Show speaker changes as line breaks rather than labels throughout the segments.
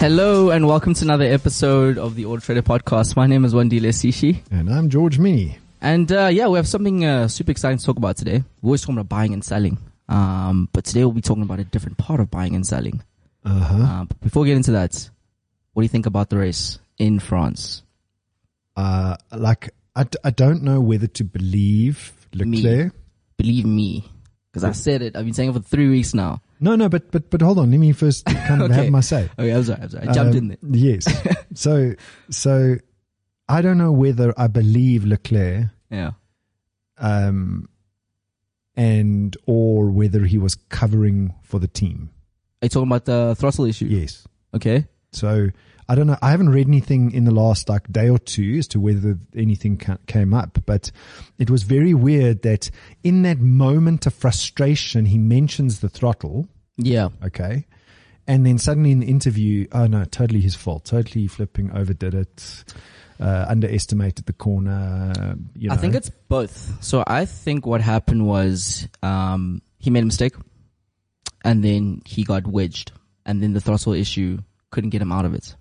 Hello and welcome to another episode of the Auto Trader Podcast. My name is Wandile Sishi.
And I'm George Meany.
And uh, yeah, we have something uh, super exciting to talk about today. We're always talking about buying and selling. Um, but today we'll be talking about a different part of buying and selling.
Uh huh.
Uh, but before we get into that, what do you think about the race in France?
Uh, like, I, d- I don't know whether to believe Leclerc.
Believe me, because I said it. I've been saying it for three weeks now.
No, no, but, but, but hold on. Let me first kind of
Okay.
have my say.
Okay, I'm sorry. I'm sorry. Oh, I jumped in
Um,
there.
Yes. so, so I don't know whether I believe Leclerc,
Yeah.
um, and, or whether he was covering for the team.
Are you talking about the throttle issue?
Yes.
Okay.
So I don't know. I haven't read anything in the last like day or two as to whether anything ca- came up, but it was very weird that in that moment of frustration, he mentions the throttle.
Yeah.
Okay. And then suddenly in the interview, oh no, totally his fault. Totally flipping overdid it, uh, underestimated the corner. You know.
I think it's both. So I think what happened was um, he made a mistake, and then he got wedged, and then the throttle issue couldn't get him out of it.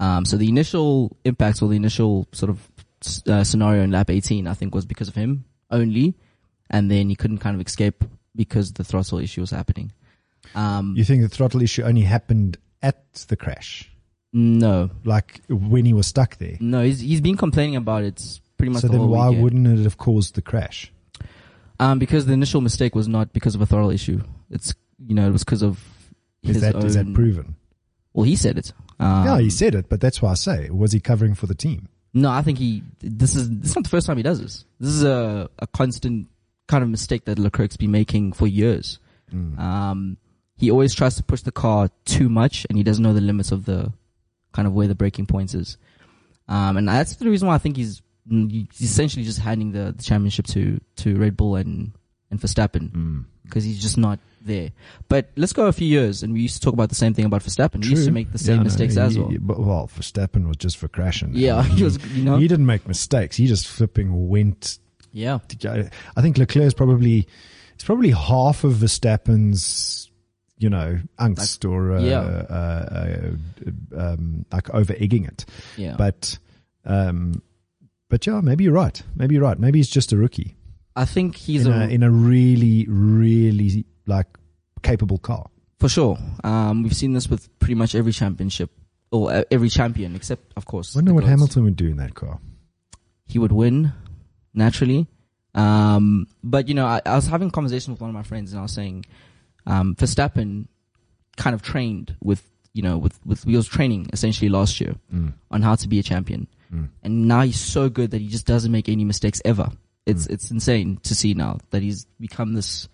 Um, so the initial impacts or the initial sort of s- uh, scenario in lap 18, I think, was because of him only, and then he couldn't kind of escape because the throttle issue was happening. Um,
you think the throttle issue only happened at the crash,
no,
like when he was stuck there.
no, he's he's been complaining about it pretty much.
So
the
then
Mm, whole
why
weekend.
wouldn't it have caused the crash?
Um, because the initial mistake was not because of a throttle issue. It's you know it was because of his
Is that
own.
is that proven?
well, he said it. Um,
Yeah, he said it, but that's why I say, was he covering for the team?
No, I think he. This is this is not the first time he does this. This is a a constant kind of mistake that Leclerc's been making for years. Um, he always tries to push the car too much, and he doesn't know the limits of the kind of where the breaking points is. Um, and that's the reason why I think he's, he's essentially just handing the, the championship to to Red Bull and and Verstappen.
Mm.
because he's just not there. But let's go a few years, and we used to talk about the same thing about Verstappen. He used to
True.
make the same
Yeah, no,
mistakes as
he-
well.
he- but, well, Verstappen was just for crashing.
yeah, he was, you know,
He didn't make mistakes. He just flipping went.
yeah,
To go. I think Leclerc is probably it's probably half of Verstappen's, you know, angst or uh,
yeah.
uh, uh, um, like over egging it.
yeah.
But um, but yeah, maybe you're right. Maybe you're right. Maybe he's just a rookie
I think he's
in a,
a,
in a really really like capable car.
for sure. Um, we've seen this with pretty much every championship or uh, every champion, except of course.
Wonder
the
what
Globes.
Hamilton would do in that car.
he would win naturally. Um, but you know, I, I was having a conversation with one of my friends, and I was saying, um, Verstappen kind of trained with you know with with wheels training essentially last year on how to be a champion, and now he's so good that he just doesn't make any mistakes ever. It's it's insane to see now that he's become this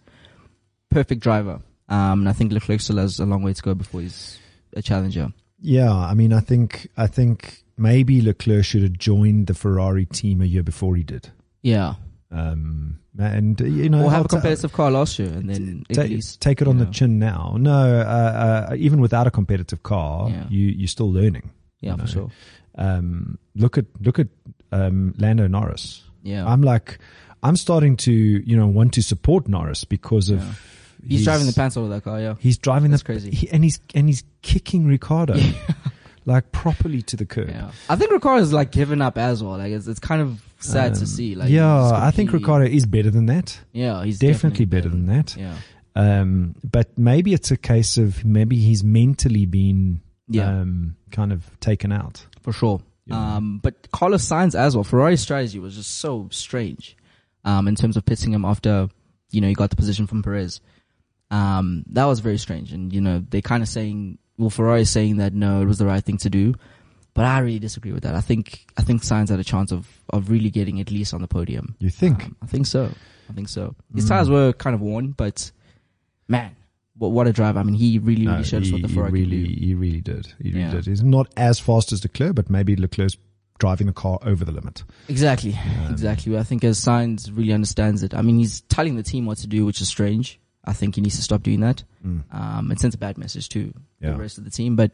perfect driver. Um, and I think Leclerc still has a long way to go before he's a challenger.
Yeah, I mean, I think I think maybe Leclerc should have joined the Ferrari team a year before he did.
Yeah,
Um, and uh, you know,
or have
I'll
a
ta-
competitive car last year, and then at
ta-
least
take it on
you
the
know.
chin now. No, uh, uh, even without a competitive car,
Yeah.
you you're still learning.
Yeah,
you know.
for sure.
Um, look at look at um, Lando Norris.
Yeah,
I'm like, I'm starting to you know want to support Norris because of
Yeah. He's, driving the pants over that car, yeah.
He's driving
That's
the
crazy.
he- and he's and he's kicking Ricardo like properly to the curb.
Yeah. I think Ricardo's like given up as well. Like it's, it's kind of sad to
Um,
see. Like he's
yeah,
just
I think
completely-
Ricardo is better than that.
Yeah, he's
Definitely, better than that.
Yeah,
Um, but maybe it's a case of maybe he's mentally been
Yeah.
um, kind of taken out.
for sure.
Yeah.
Um, but Carlos Sainz as well. Ferrari's strategy was just so strange. Um, in terms of pitting him after, you know, he got the position from Perez. Um, that was very strange. And you know, they kind of saying, well, Ferrari's saying that no, it was the right thing to do. But I really disagree with that. I think I think Sainz had a chance of of really getting at least on the podium.
You think? Hmm.
Um, I think so. I think so. His tires were kind of worn, but man, what what a drive! I mean, he really really
No,
showed us what the Ferrari
really,
can do.
he really did. He really
Yeah.
did. He's not as fast as Leclerc, but maybe Leclerc's driving the car over the limit.
Exactly,
Um,
exactly. I think as Signs really understands it. I mean, he's telling the team what to do, which is strange. I think he needs to stop doing that.
Mm.
Um, it sends a bad message to the
Yeah,
rest of the team, but.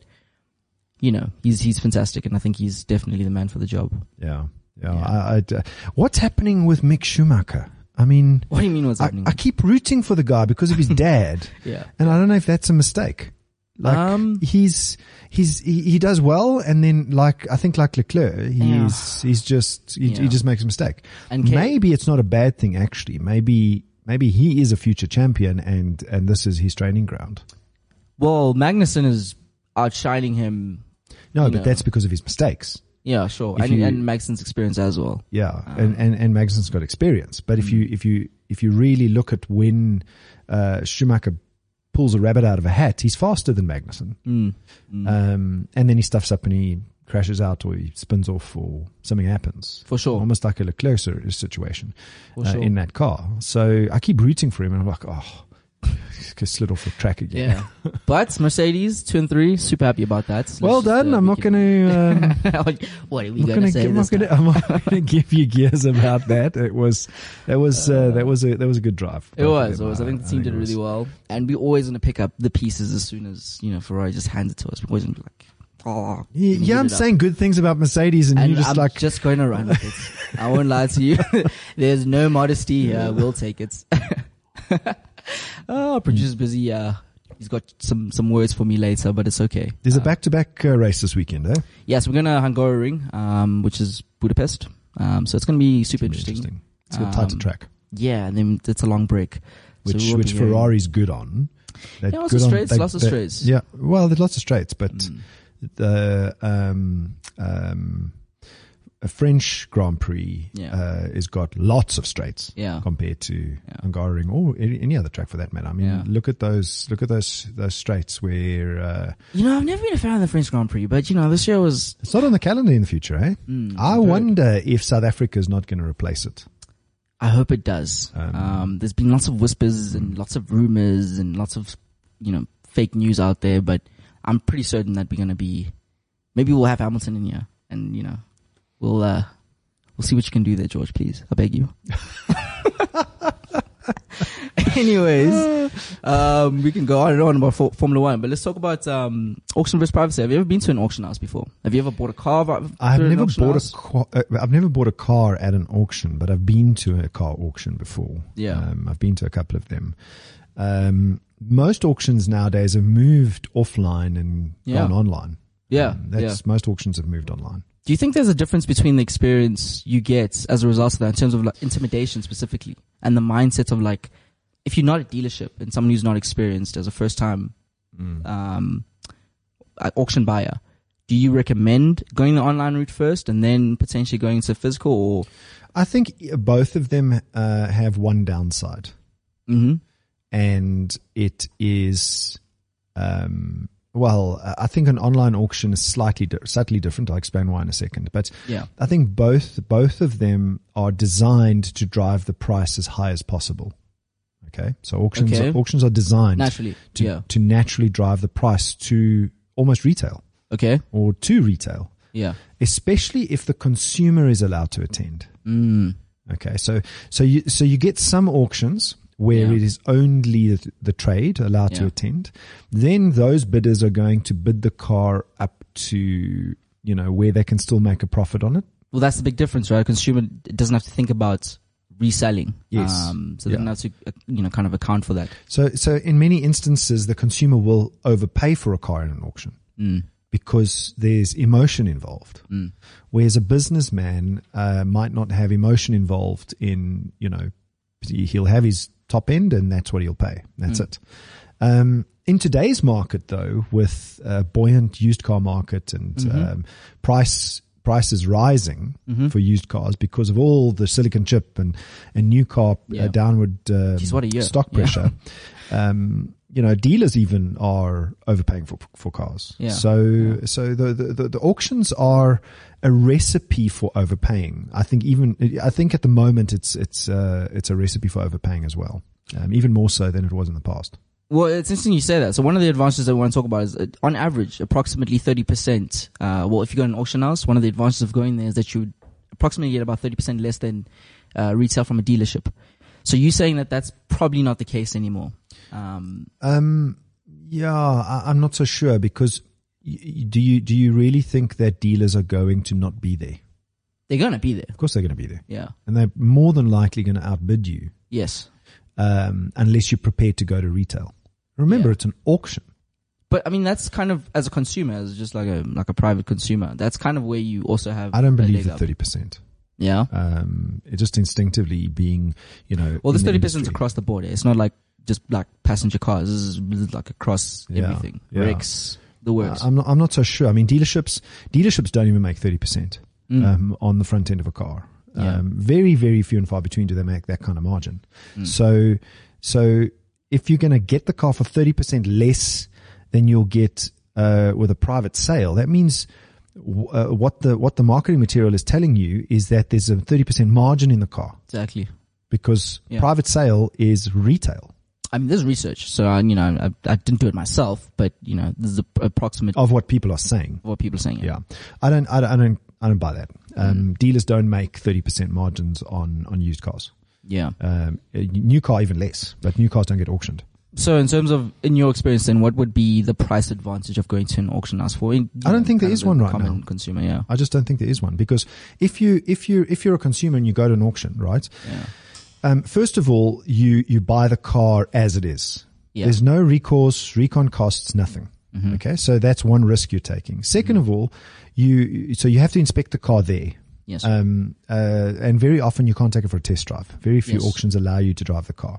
You know he's he's fantastic, and I think he's definitely the man for the job.
yeah,
Yeah.
yeah. I, I'd, uh, what's happening with Mick Schumacher? I mean,
What do you mean? What's
I,
happening?
I keep rooting for the guy because of his dad,
yeah,
and I don't know if that's a mistake. Like
Um,
he's he's he, he does well, and then like I think like Leclerc, he's
Yeah.
he's just he, he
Yeah.
just makes a mistake.
And K-
maybe it's not a bad thing actually. Maybe maybe he is a future champion, and and this is his training ground.
Well, Magnussen is outshining him.
No,
You
but
know.
that's because of his mistakes.
Yeah, sure.
If
And,
you-
and Magnussen's experience as well.
Yeah, and, and and Magnussen's got experience, but
Hmm.
if you if you if you really look at when uh, Schumacher pulls a rabbit out of a hat, he's faster than Magnussen,
Mm. Mm.
um, and then he stuffs up and he crashes out or he spins off or something happens.
for sure.
Almost like a Leclerc sor- situation
For
uh,
sure.
in that car. So I keep rooting for him, and I'm like, oh, he slid off the track again.
yeah. but Mercedes, two and three, super happy about that. Let's
Well
just,
done.
uh,
I'm
we
not
can-
going to. Um,
what are we going
I'm not
to
gonna,
say?
I'm
this
not gonna,
time?
I'm not gonna give you gears about that. It was, that was, uh, that was a, that was a good drive.
It was, it was. I think the team did
uh, it
really well.
was.
And we always want to pick up the pieces as soon as, you know, Ferrari just hands it to us. We always gonna be like, oh.
Yeah,
we
yeah, I'm
need it up.
saying good things about Mercedes, and,
And
you just
I'm
like,
just going to run with it. I won't lie to you. There's no modesty here. We'll take it. oh, producer's busy. Uh, he's got some, some words for me later, but it's okay.
there's a
Uh,
back-to-back uh, race this weekend, eh?
Yes, we're going to Hungara Ring, um, which is Budapest. Um, so it's going to be super interesting.
It's a tighter
Um,
track,
Yeah, and then it's a long break. So
which
we'll
which
be hearing-
Ferrari's good on. They're
Yeah, lots
good
of
on-
straights,
they-
lots of
they-
straights.
Yeah, well, there's lots of straights, but
Mm.
the um um a French Grand Prix
Yeah.
uh, has got lots of straights.
Yeah.
compared to
Yeah.
Hungara Ring or any, any other track for that matter. I mean,
Yeah.
look at those look at those those straights where uh,
You know, I've never been a fan of the French Grand Prix, but you know, this year was.
it's not on the calendar in the future, eh?
Mm,
I
good.
wonder if South Africa is not going to replace it.
I hope it does.
Um, mm.
Um, there's been lots of whispers and lots of rumors and lots of, you know, fake news out there, but I'm pretty certain that we're going to be. Maybe we'll have Hamilton in here, and you know, we'll uh, we'll see what you can do there, George. Please, I beg you. Anyways, um, we can go on and on about for- Formula One, but let's talk about um, auction versus privacy. Have you ever been to an auction house before? Have you ever bought a car? v-
I've
through an
never
auction
bought
house?
a car, uh, I've never bought a car at an auction, but I've been to a car auction before.
Yeah.
um, I've been to a couple of them. Um, most auctions nowadays have moved offline and
Yeah.
gone online.
Yeah,
Um,
yeah.
that's most auctions have moved online.
Do you think there's a difference between the experience you get as a result of that in terms of like intimidation specifically and the mindset of like if you're not at dealership and someone who's not experienced as a first time um, uh, auction buyer, do you recommend going the online route first and then potentially going to physical or
I think both of them uh, have one downside.
mm-hmm.
and it is um well i think an online auction is slightly di- slightly different i'll explain why in a second but
yeah.
i think both both of them are designed to drive the price as high as possible okay so auctions
Okay.
auctions are designed
Naturally.
to
yeah.
to naturally drive the price to almost retail
Okay.
or to retail
Yeah.
especially if the consumer is allowed to attend
Mm.
Okay, so so you so you get some auctions where
Yeah.
it is only the, the trade allowed to
Yeah.
attend. Then those bidders are going to bid the car up to you know where they can still make a profit on it.
Well, that's the big difference, right? A consumer doesn't have to think about reselling.
Yes.
Um, so they
Yeah.
don't have to, uh, you know, kind of account for that.
So so in many instances, the consumer will overpay for a car in an auction
Mm.
because there's emotion involved.
Mm.
Whereas a businessman uh, might not have emotion involved in, you know, he- he'll have his top end and that's what he'll pay. That's it. Um, in today's market, though, with uh, buoyant used car market and um, price prices rising
mm-hmm. Hmm.
for used cars because of all the silicon chip and, and new car
Yeah.
uh, downward um,
Geez, what a year.
stock
Yeah.
pressure, um, you know, dealers even are overpaying for for cars.
Yeah.
So so the, the the- the auctions are a recipe for overpaying. I think even I think at the moment it's it's uh, it's a recipe for overpaying as well. Um, even more so than it was in the past.
Well, it's interesting you say that. So one of the advantages that we want to talk about is, uh, on average, approximately thirty percent. Uh, well, if you go in an auction house, one of the advantages of going there is that you would approximately get about thirty percent less than uh, retail from a dealership. So you saying that that's probably not the case anymore. Um,
Um, yeah, I, I'm not so sure because y- y- do you do you really think that dealers are going to not be there?
they're gonna be there.
Of course they're going to be there,
Yeah.
and they're more than likely going to outbid you
Yes.
um, unless you're prepared to go to retail. Remember,
Yeah.
it's an auction.
But I mean, that's kind of as a consumer, as just like a like a private consumer. That's kind of where you also have.
I don't
a
believe
leg
the
up.
thirty percent.
Yeah.
Um, it just instinctively being, you know,
Well, this
in the
thirty percent is
industry.
across the board. It's not like just like passenger cars. This is, this is like across
Yeah,
everything.
yeah.
Wrecks, the works.
Uh, I'm not. I'm not so sure. I mean, dealerships dealerships don't even make thirty percent
Mm.
um, on the front end of a car.
Yeah.
Um, very very few and far between do they make that kind of margin.
Mm.
So so if you're going to get the car for thirty percent less than you'll get uh, with a private sale, that means. w- Uh, what the what the marketing material is telling you is that there's a 30% margin in the car
exactly.
because
Yeah.
private sale is retail
I mean, there's research. So I, you know, I, I didn't do it myself, but you know, this is the approximate of
of what people are saying.
what people are saying.
Oh. Yeah, I don't, I don't, I don't, I don't buy that.
Mm.
Um, Dealers don't make thirty percent margins on on used cars.
Yeah.
Um, a new car even less, but new cars don't get auctioned.
So in terms of in your experience, then what would be the price advantage of going to an auction house for? In,
I don't think there
kind
is
of the
one right
common
now. Uh,
Consumer, yeah.
I just don't think there is one because if you if you if you're a consumer and you go to an auction, right?
Yeah.
Um, first of all, you you buy the car as it is.
Yeah.
There's no recourse, recon costs, nothing.
Mm-hmm.
Okay, so that's one risk you're taking. 2nd of all, you so you have to inspect the car there.
Yes.
Um, uh, and very often you can't take it for a test drive. Very few
Yes.
auctions allow you to drive the car.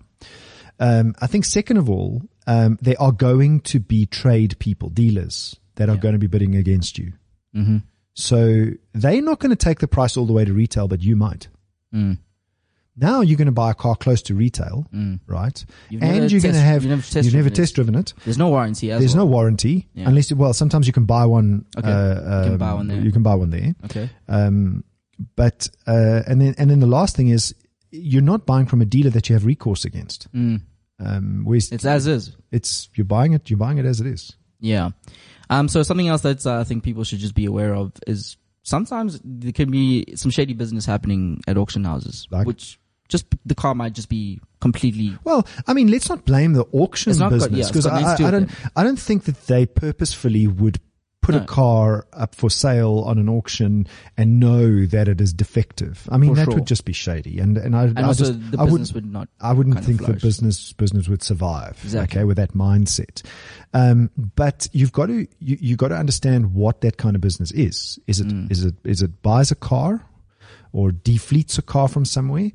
Um, I think second of all, um, there are going to be trade people, dealers that are
Yeah.
going to be bidding against you.
mm-hmm.
So they're not going to take the price all the way to retail, but you might.
Mm.
Now you're going to buy a car close to retail,
Mm.
right?
You've never
and you're going to
test-
have
you've never test
you've never
driven it.
test driven it.
There's no warranty. As
There's
well.
no warranty
Yeah.
unless you, well sometimes you can buy one.
Okay.
Uh,
You can
um,
buy one there.
You can buy one there.
Okay.
Um, but uh, and then and then the last thing is you're not buying from a dealer that you have recourse against.
Mm.
Um, whereas
It's as is.
it's you're buying it, you're buying it as it is.
Yeah. Um, so something else that uh, I think people should just be aware of is sometimes there can be some shady business happening at auction houses,
Like?
which just the car might just be completely.
Well, I mean, let's not blame the auction
It's not got- yeah,
business
it's
because
got nothing
I,
to do
I, I
with
don't I don't think that they purposefully would put
No.
a car up for sale on an auction and know that it is defective. I mean,
For
that
sure.
would just be shady, and and I,
And
I
also,
just
the
I would
business would not.
I wouldn't
kind of
think that
flourish.
business business would survive.
Exactly.
Okay, with that mindset, um, but you've got to you, you've got to understand what that kind of business is. Is it is
Mm.
it is it buys a car or defleets a car from somewhere,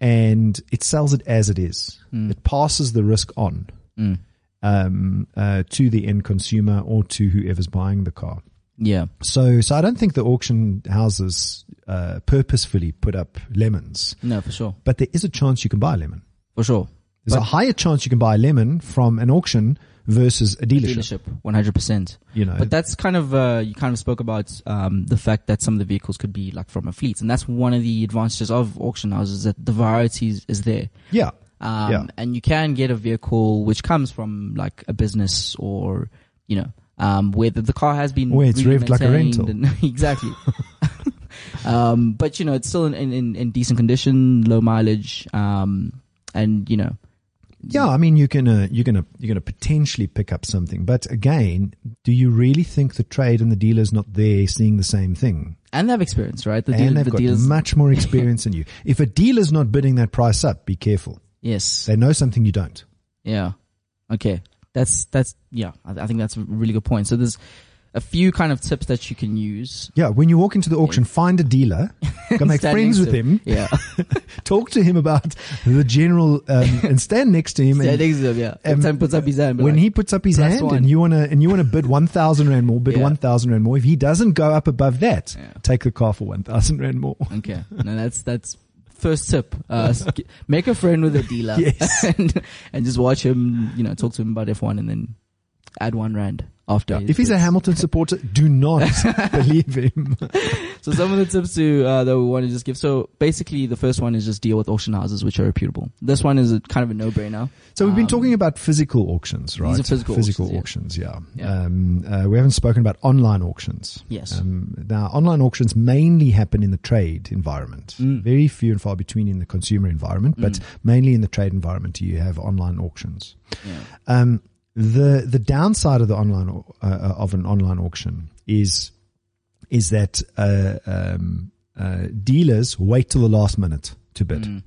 and it sells it as it is. It passes the risk on
Mm.
um, uh, to the end consumer or to whoever's buying the car.
Yeah.
So, so I don't think the auction houses uh, purposefully put up lemons,
No, for sure.
but there is a chance you can buy a lemon.
For sure.
There's a higher chance you can buy a lemon from an auction versus a dealership.
Dealership, one hundred percent.
You know,
But that's kind of uh, you kind of spoke about um, the fact that some of the vehicles could be like from a fleet, and that's one of the advantages of auction houses that the variety is, is there.
yeah,
Um,
Yeah.
And you can get a vehicle which comes from like a business or, you know, um, where the, the car has been
Where it's
really
revved like a
maintained
rental.
and- exactly. um, but, you know, it's still in, in, in decent condition, low mileage, um, and, you know,
yeah. I mean, uh, you're gonna you're gonna you're gonna potentially pick up something, but again, do you really think the trade and the dealer's not there seeing the same thing?
and they have experience, right? The,
and
deal-
they've
the
got
dealers.
much more experience than you. If a dealer's not bidding that price up, be careful.
yes.
They know something you don't.
Yeah. Okay. That's, that's, yeah, I, I think that's a really good point. So there's a few kind of tips that you can use.
Yeah, when you walk into the auction, find a dealer, go make
Stand
friends
next
with
to
him,
Yeah.
talk to him about the general, um, and stand next to him.
Stand
and
next to him, yeah. Every
Um,
time he puts up his hand. be
when
like,
he puts up his
Plus
hand
one.
and you want to and you want to bid 1000 rand more bid
Yeah.
1000 rand more if he doesn't go up above that
Yeah.
take the car for 1000 rand more
Okay, no, that's that's first tip. Uh, s- g- make a friend with a dealer,
Yes.
and and just watch him. You know, talk to him about F one, and then add one rand after. his
if he's a
bids.
hamilton supporter do not believe him
so some of the tips to uh, that we want to just give. So basically, the first one is just deal with auction houses which are reputable. This one is a, kind of a no brainer.
so we've been
Um,
talking about physical auctions right
are physical
auctions, yeah,
Yeah.
Um, uh, we haven't spoken about online auctions
Yes.
um, now online auctions mainly happen in the trade environment
Mm.
very few and far between in the consumer environment but
Mm.
mainly in the trade environment you have online auctions
Yeah.
Um, the the downside of the online au- uh, uh, of an online auction is is that uh, um, uh, dealers wait till the last minute to bid.
Mm.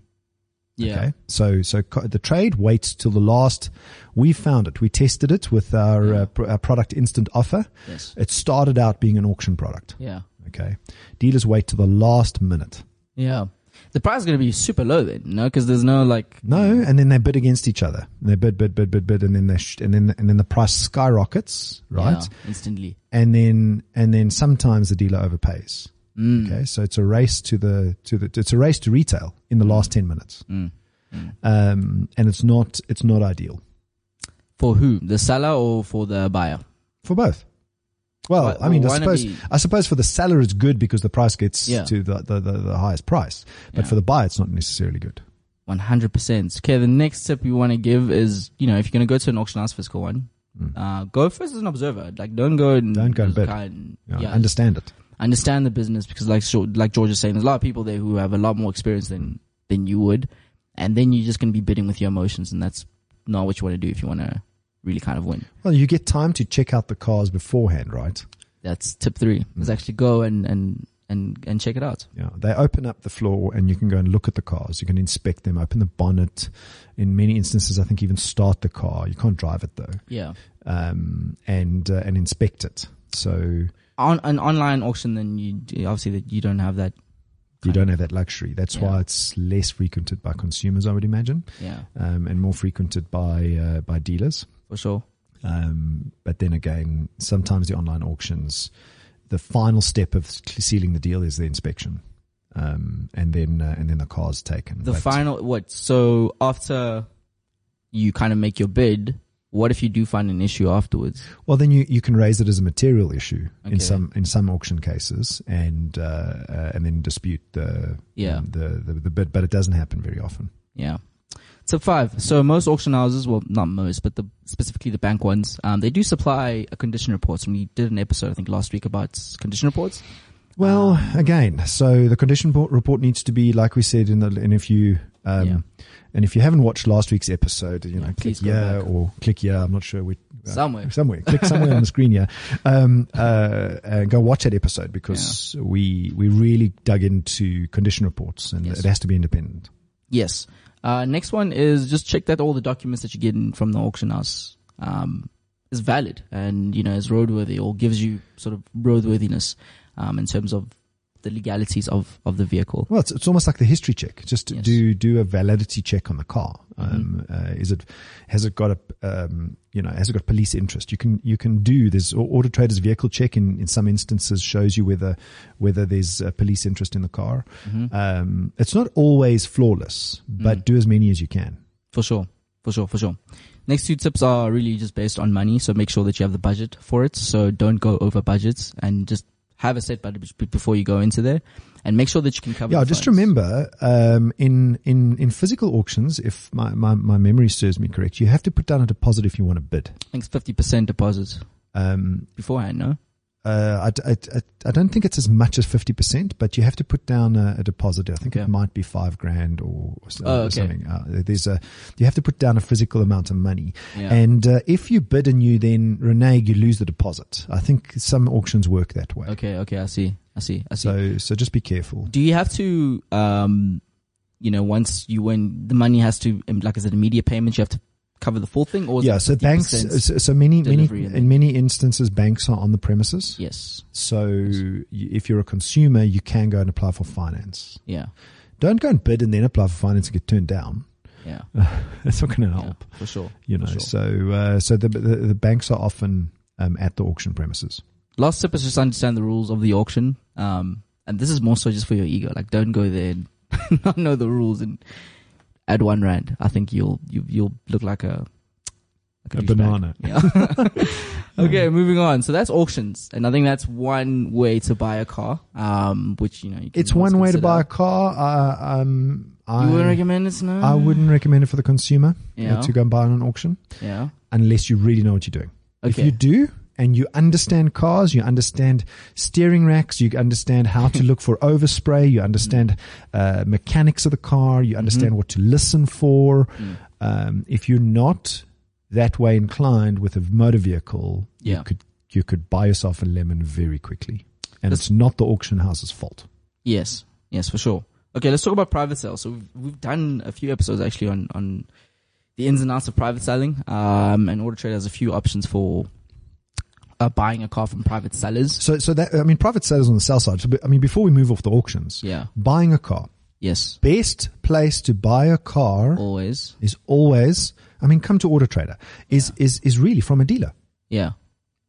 Yeah.
Okay. So, so co- the trade waits till the last. We found it. We tested it with our,
Mm.
uh, pr- our product instant offer.
Yes.
It started out being an auction product.
Yeah.
Okay. Dealers wait till the last minute.
Yeah. The price is going to be super low then, no? Because there's no like.
No, and then they bid against each other. And they bid, bid, bid, bid, bid, and then they sh- and then and then the price skyrockets, right?
Yeah, instantly.
And then and then sometimes the dealer overpays.
Mm.
Okay, so it's a race to the to the it's a race to retail in the last ten minutes,
Mm.
um, and it's not it's not ideal
For who? The seller or for the buyer?
for both. Well,
Why-
Oh, I mean, I
why not
suppose
be-
I suppose for the seller it's good because the price gets
Yeah.
to the, the, the, the highest price, but
Yeah.
for the buyer it's not necessarily good.
100%. Okay, the next tip we want to give is, you know, if you're going to go to an auction, ask fiscal one.
Mm.
Uh, go first as an observer. Like, don't go and
Don't go and bid.
and-
You know,
yeah,
Understand it.
understand the business because, like, Sho- like George is saying, there's a lot of people there who have a lot more experience than than you would, and then you're just going to be bidding with your emotions, and that's not what you want to do if you want to really kind of win.
Well, you get time to check out the cars beforehand, right?
That's tip three:
Mm.
is actually go and and and and check it out.
Yeah, they open up the floor and you can go and look at the cars. You can inspect them, open the bonnet. In many instances, I think even start the car. You can't drive it though,
Yeah.
um, and uh, and inspect it. So
On an online auction, then you obviously that you don't have that.
you
Kind
don't have that luxury. That's why
Yeah.
it's less frequented by consumers, I would imagine,
Yeah,
um, and more frequented by uh, by dealers.
for sure.
Um, but then again, sometimes the online auctions, the final step of sealing the deal is the inspection, um, and then uh, and then the car's taken.
The
But- uh,
final what? So after you kind of make your bid, what if you do find an issue afterwards?
Well, then you, you can raise it as a material issue
Okay.
in some in some auction cases, and uh, uh, and then dispute the um,
Yeah.
the, the the bid, but it doesn't happen very often.
Yeah. Tip five. So most auction houses, well, not most, but the specifically the bank ones, um, they do supply a condition reports. And we did an episode, I think, last week about condition reports.
Well, Um, again, so the condition po- report needs to be like we said in the and if you um,
Yeah.
and if you haven't watched last week's episode, you know, click
please go
yeah
back.
or click yeah. I'm not sure which uh,
Somewhere.
somewhere click somewhere on the screen yeah um uh and go watch that episode because we we really dug into condition reports and
Yes.
it has to be independent
Yes. Uh, next one is just check that all the documents that you get in from the auction house um, is valid and you know is roadworthy or gives you sort of roadworthiness um, in terms of the legalities of of the vehicle.
Well, it's, it's almost like the history check. Just
Yes.
do do a validity check on the car. Um, uh, is it has it got a um, you know has it got police interest? You can you can do this. Au- Auto Trader's vehicle check in, in some instances shows you whether whether there's uh, police interest in the car.
Uh,
Um, it's not always flawless, but do as many as you can.
For sure. For sure, for sure. Next two tips are really just based on money, so make sure that you have the budget for it. So don't go over budgets and just have a set budget b- before you go into there, and make sure that you can cover.
Yeah,
the
just
funds.
remember um, in in in physical auctions, if my, my my memory serves me correct, you have to put down a deposit if you want to bid.
I think it's fifty percent deposit
Um,
beforehand. No,
Uh, I, I, I, I don't think it's as much as 50%, but you have to put down a, a deposit. I think
Okay.
it might be five grand or, or so-
Oh,
or
okay.
something. Uh, there's a, you have to put down a physical amount of money.
Yeah.
And uh, if you bid and you then renege, you lose the deposit. I think some auctions work that way.
okay, okay, I see, I see, I see.
So, so just be careful.
Do you have to, um, you know, once you win, the money has to, um, like I said, immediate payments. You have to cover the full thing, or is
Yeah,
it
so banks, uh,
50%?
so, so many, many,
delivery and
in many instances, banks are on the premises.
Yes,
So y- if you're a consumer, you can go and apply for finance.
yeah,
Don't go and bid and then apply for finance and get turned down.
yeah,
That's not going to
yeah
help.
for sure.
you know
Sure.
so uh, so the, the the banks are often um, at the auction premises
Last tip is just understand the rules of the auction. Um, and this is more so just for your ego. Like, don't go there and not know the rules and add one rand. I think you'll you, you'll look like a like
A
douchebag.
banana.
Yeah. okay, moving on. So that's auctions, and I think that's one way to buy a car. Um, which you know you can
it's one
always
way to
consider.
buy a car uh, um I,
You would recommend it, no?
I wouldn't recommend it for the consumer uh,
Yeah.
to go and buy on an auction
Yeah.
unless you really know what you're doing if
Okay.
you do and you understand cars, you understand steering racks, you understand how to look for overspray, you understand uh, mechanics of the car,
Mm-hmm.
you understand what to listen for.
Mm.
Um, if you're not that way inclined with a motor vehicle,
Yeah.
you could you could buy yourself a lemon very quickly, and
That's-
it's not the auction house's fault.
Yes. Yes, for sure. Okay, let's talk about private sales. So we've, we've done a few episodes actually on on the ins and outs of private selling. Um, and Auto Trader has a few options for uh, buying a car from private sellers.
So, so that, I mean, private sales on the sell side. So, but, I mean, before we move off the auctions,
Yeah.
buying a car,
Yes.
best place to buy a car
Always.
is always, I mean, come to Auto Trader is, is, is really from a dealer.
Yeah.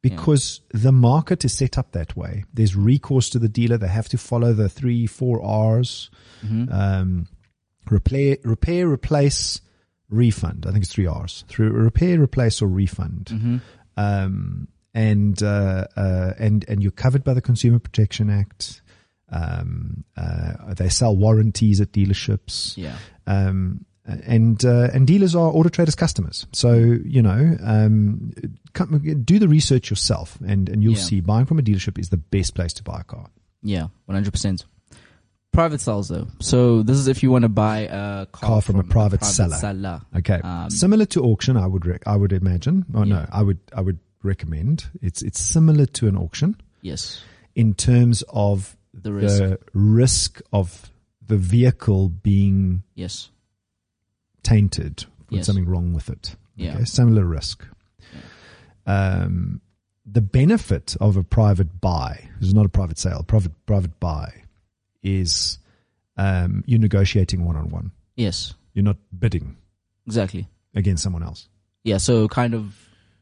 because the market is set up that way. There's recourse to the dealer. They have to follow the three, four R's.
Mm-hmm.
Um, repair, repair, replace, refund. I think it's three R's. Through repair, replace, or refund.
Mm-hmm.
Um, and uh, uh, and and you're covered by the Consumer Protection Act. Um, uh, they sell warranties at dealerships
Yeah.
um, and uh, and dealers are auto traders customers. So you know, um, come, do the research yourself, and and you'll
Yeah.
see buying from a dealership is the best place to buy a car.
Yeah. One hundred percent. Private sales though. So this is if you want to buy a car,
Car from a private seller.
seller.
Okay,
Um,
similar to auction, I would rec- I would imagine. Oh
Yeah.
no, I would I would recommend. It's it's similar to an auction
Yes.
in terms of
The risk.
the risk of the vehicle being
Yes.
tainted with
Yes.
something wrong with it.
Yeah.
Okay, similar risk. Um, the benefit of a private buy, this is not a private sale, private private buy, is um, you're negotiating one on one.
Yes.
You're not bidding
Exactly.
against someone else.
Yeah. So kind of,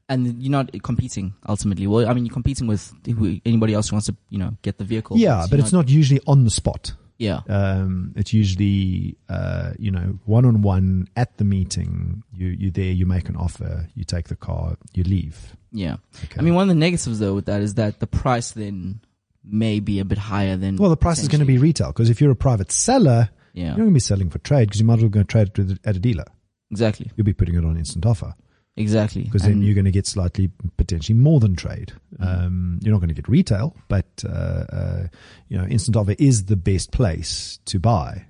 and you're not competing ultimately. Well, I mean, you're competing with who- anybody else who wants to, you know, get the vehicle.
yeah, but
you're
it's not usually on the spot.
Yeah.
Um, it's usually uh, you know one on one at the meeting. You you there, you make an offer, you take the car, you leave.
Yeah.
Okay.
I mean, one of the negatives though with that is that the price then may be a bit higher than.
well, the price is going to be retail because if you're a private seller,
Yeah.
you're not going to be selling for trade because you might as well go trade it with- at a dealer.
Exactly.
You'll be putting it on instant offer.
Exactly.
because then
And-
you're going to get slightly potentially more than trade. Um, you're not going to get retail, but uh, uh, you know, instant offer is the best place to buy.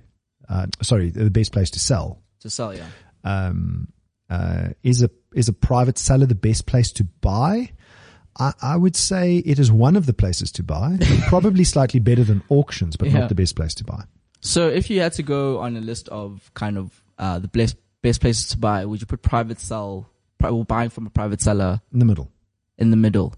Uh, sorry, the best place to sell.
to sell. Yeah.
Um, uh, is a is a private seller the best place to buy? I, I would say it is one of the places to buy. Probably slightly better than auctions, but
Yeah.
not the best place to buy.
So if you had to go on a list of kind of uh, the best best places to buy, would you put private sell, pri- well, buying from a private seller
In the middle,
in the middle?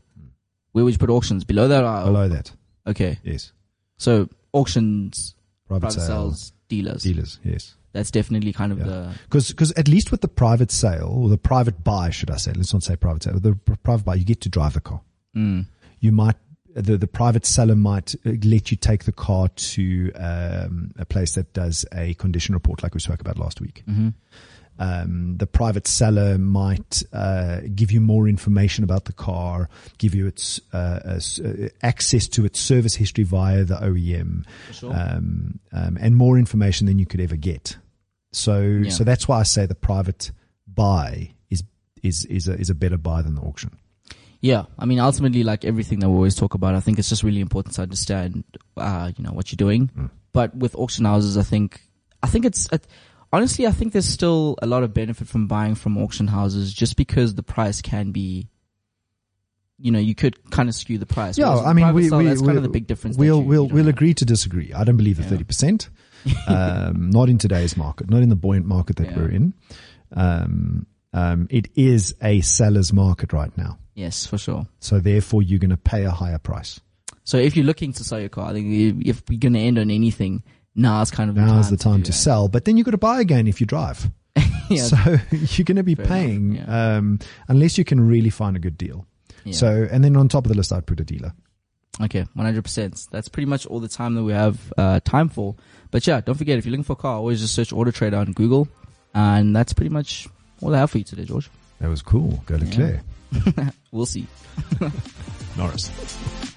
Where would you put auctions? Below that? Or,
Hmm. below that,
Okay.
yes,
So auctions,
private,
private
sales,
sales, dealers.
dealers, yes.
That's definitely kind of
Yeah.
the
Because at least with the private sale or the private buy, should I say? Let's not say private sale. The pr- private buy, you get to drive the car.
mm,
You might the the private seller might uh, let you take the car to um, a place that does a condition report, like we spoke about last week.
mhm.
Um, the private seller might uh, give you more information about the car, give you its uh, uh, s- uh, access to its service history via the E OEM
For sure.
um, um, and more information than you could ever get. So
Yeah.
so that's why I say the private buy is is is a, is a better buy than the auction.
yeah. I mean, ultimately, like everything that we always talk about, I think it's just really important to understand, uh, you know, what you're doing.
Mm.
But with auction houses, I think, I think it's, it, honestly, I think there's still a lot of benefit from buying from auction houses just because the price can be, you know, you could kind of skew the price.
Yeah,
Whereas with
I mean
private
we,
sell,
we
that's
we-
kind of the big difference. that
We'll
you- you
we'll
don't
we'll
have.
agree to disagree. I don't believe the
Yeah.
thirty percent. um, not in today's market, not in the buoyant market that
Yeah.
we're in. Um, um, it is a seller's market right now,
Yes, for sure.
so therefore you're going to pay a higher price.
So if you're looking to sell your car, I think you- if we're going to end on anything, now's kind of the
Now's
time
the time
do
to
that.
sell, but then you've got to buy again if you drive.
Yeah,
So you're going to be
Fair enough,
paying um, unless you can really find a good deal.
yeah.
So, and then on top of the list, I'd put a dealer.
Okay, 100%. That's pretty much all the time that we have uh, time for. But yeah, don't forget, if you're looking for a car, always just search Auto Trader on Google. And that's pretty much all I have for you today, George.
That was cool. Go to
Yeah.
Claire.
We'll see.
Norris.